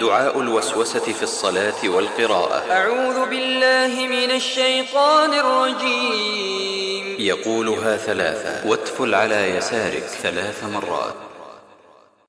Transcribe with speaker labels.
Speaker 1: دعاء الوسوسة في الصلاة والقراءة
Speaker 2: أعوذ بالله من الشيطان الرجيم
Speaker 1: يقولها ثلاثة واتفل على يسارك ثلاث مرات